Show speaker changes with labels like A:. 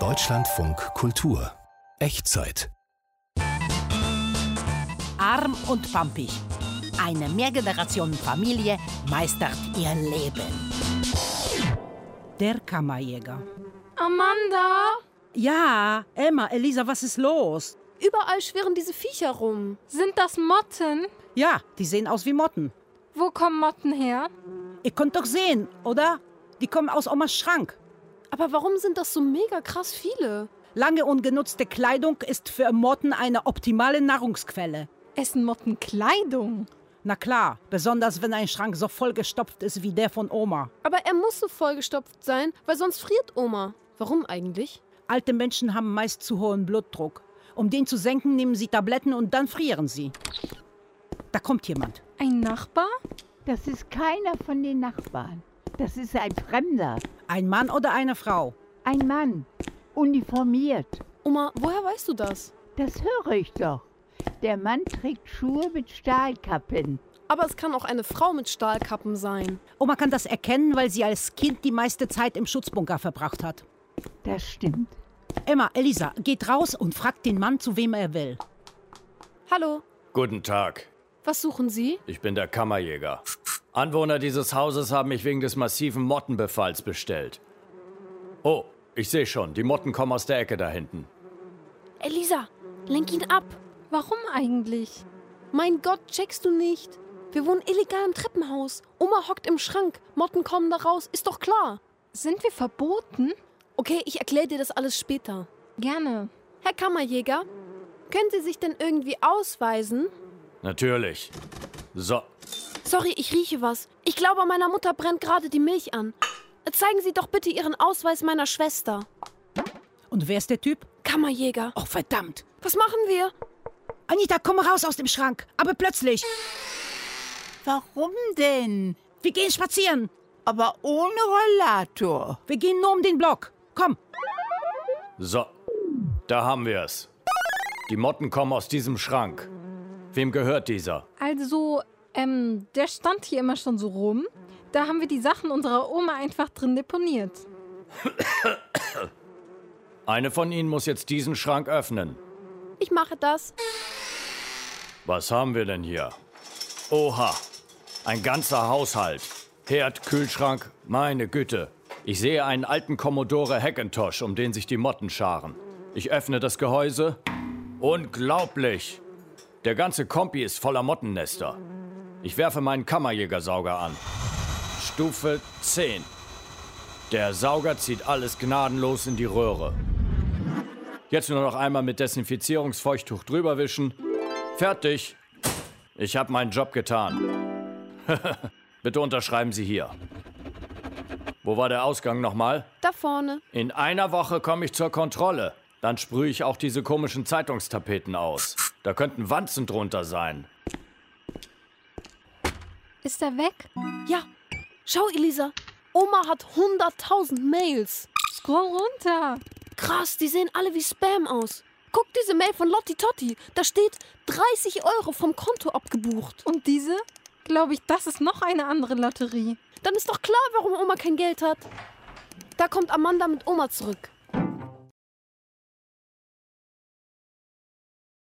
A: Deutschlandfunk Kultur. Echtzeit.
B: Arm und pampig. Eine Mehrgenerationenfamilie meistert ihr Leben. Der Kammerjäger.
C: Amanda!
B: Ja, Emma, Elisa, was ist los?
C: Überall schwirren diese Viecher rum. Sind das Motten?
B: Ja, die sehen aus wie Motten.
C: Wo kommen Motten her?
B: Ihr könnt doch sehen, oder? Die kommen aus Omas Schrank.
C: Aber warum sind das so mega krass viele?
B: Lange ungenutzte Kleidung ist für Motten eine optimale Nahrungsquelle.
C: Essen Motten Kleidung?
B: Na klar, besonders wenn ein Schrank so vollgestopft ist wie der von Oma.
C: Aber er muss so vollgestopft sein, weil sonst friert Oma. Warum eigentlich?
B: Alte Menschen haben meist zu hohen Blutdruck. Um den zu senken, nehmen sie Tabletten und dann frieren sie. Da kommt jemand.
C: Ein Nachbar?
D: Das ist keiner von den Nachbarn. Das ist ein Fremder.
B: Ein Mann oder eine Frau?
D: Ein Mann. Uniformiert.
C: Oma, woher weißt du das?
D: Das höre ich doch. Der Mann trägt Schuhe mit Stahlkappen.
C: Aber es kann auch eine Frau mit Stahlkappen sein.
B: Oma kann das erkennen, weil sie als Kind die meiste Zeit im Schutzbunker verbracht hat.
D: Das stimmt.
B: Emma, Elisa, geht raus und fragt den Mann, zu wem er will.
C: Hallo,
E: Guten Tag,
C: was suchen Sie?
E: ich bin der Kammerjäger. Anwohner dieses Hauses haben mich wegen des massiven Mottenbefalls bestellt. Oh, ich sehe schon, die Motten kommen aus der Ecke da hinten.
C: Elisa, lenk ihn ab. Warum eigentlich? Mein Gott, checkst du nicht? Wir wohnen illegal im Treppenhaus. Oma hockt im Schrank. Motten kommen da raus, ist doch klar. Sind wir verboten? Okay, ich erkläre dir das alles später. Gerne. Herr Kammerjäger, können Sie sich denn irgendwie ausweisen?
E: Natürlich. So,
C: Sorry, ich rieche was. Ich glaube, meiner Mutter brennt gerade die Milch an. Zeigen Sie doch bitte Ihren Ausweis meiner Schwester.
B: Und wer ist der Typ?
C: Kammerjäger,
B: Oh, verdammt.
C: was machen wir?
B: Anita, komm raus aus dem Schrank. Aber plötzlich.
D: Warum denn?
B: Wir gehen spazieren.
D: Aber ohne Rollator.
B: Wir gehen nur um den Block. Komm.
E: so. Da haben wir es. Die Motten kommen aus diesem Schrank. Wem gehört dieser?
F: Also, ähm, der stand hier immer schon so rum. Da haben wir die Sachen unserer Oma einfach drin deponiert.
E: Eine von ihnen muss jetzt diesen Schrank öffnen.
C: Ich mache das.
E: Was haben wir denn hier? Oha, ein ganzer Haushalt. Herd, Kühlschrank, meine Güte. Ich sehe einen alten Commodore Hackintosh, um den sich die Motten scharen. Ich öffne das Gehäuse. Unglaublich! Der ganze Kompi ist voller Mottennester. Ich werfe meinen Kammerjägersauger an. Stufe 10. Der Sauger zieht alles gnadenlos in die Röhre. Jetzt nur noch einmal mit Desinfizierungsfeuchttuch drüberwischen. Fertig. Ich habe meinen Job getan. Bitte unterschreiben Sie hier. Wo war der Ausgang nochmal?
C: Da vorne.
E: In einer Woche komme ich zur Kontrolle. Dann sprühe ich auch diese komischen Zeitungstapeten aus. Da könnten Wanzen drunter sein.
F: Ist er weg?
C: Ja. Schau, Elisa. Oma hat 100.000 Mails.
F: Scroll runter.
C: Krass, die sehen alle wie Spam aus. Guck diese Mail von Lotti Totti. Da steht 30 Euro vom Konto abgebucht.
F: Und diese? Glaube ich, das ist noch eine andere Lotterie.
C: Dann ist doch klar, warum Oma kein Geld hat. Da kommt Amanda mit Oma zurück.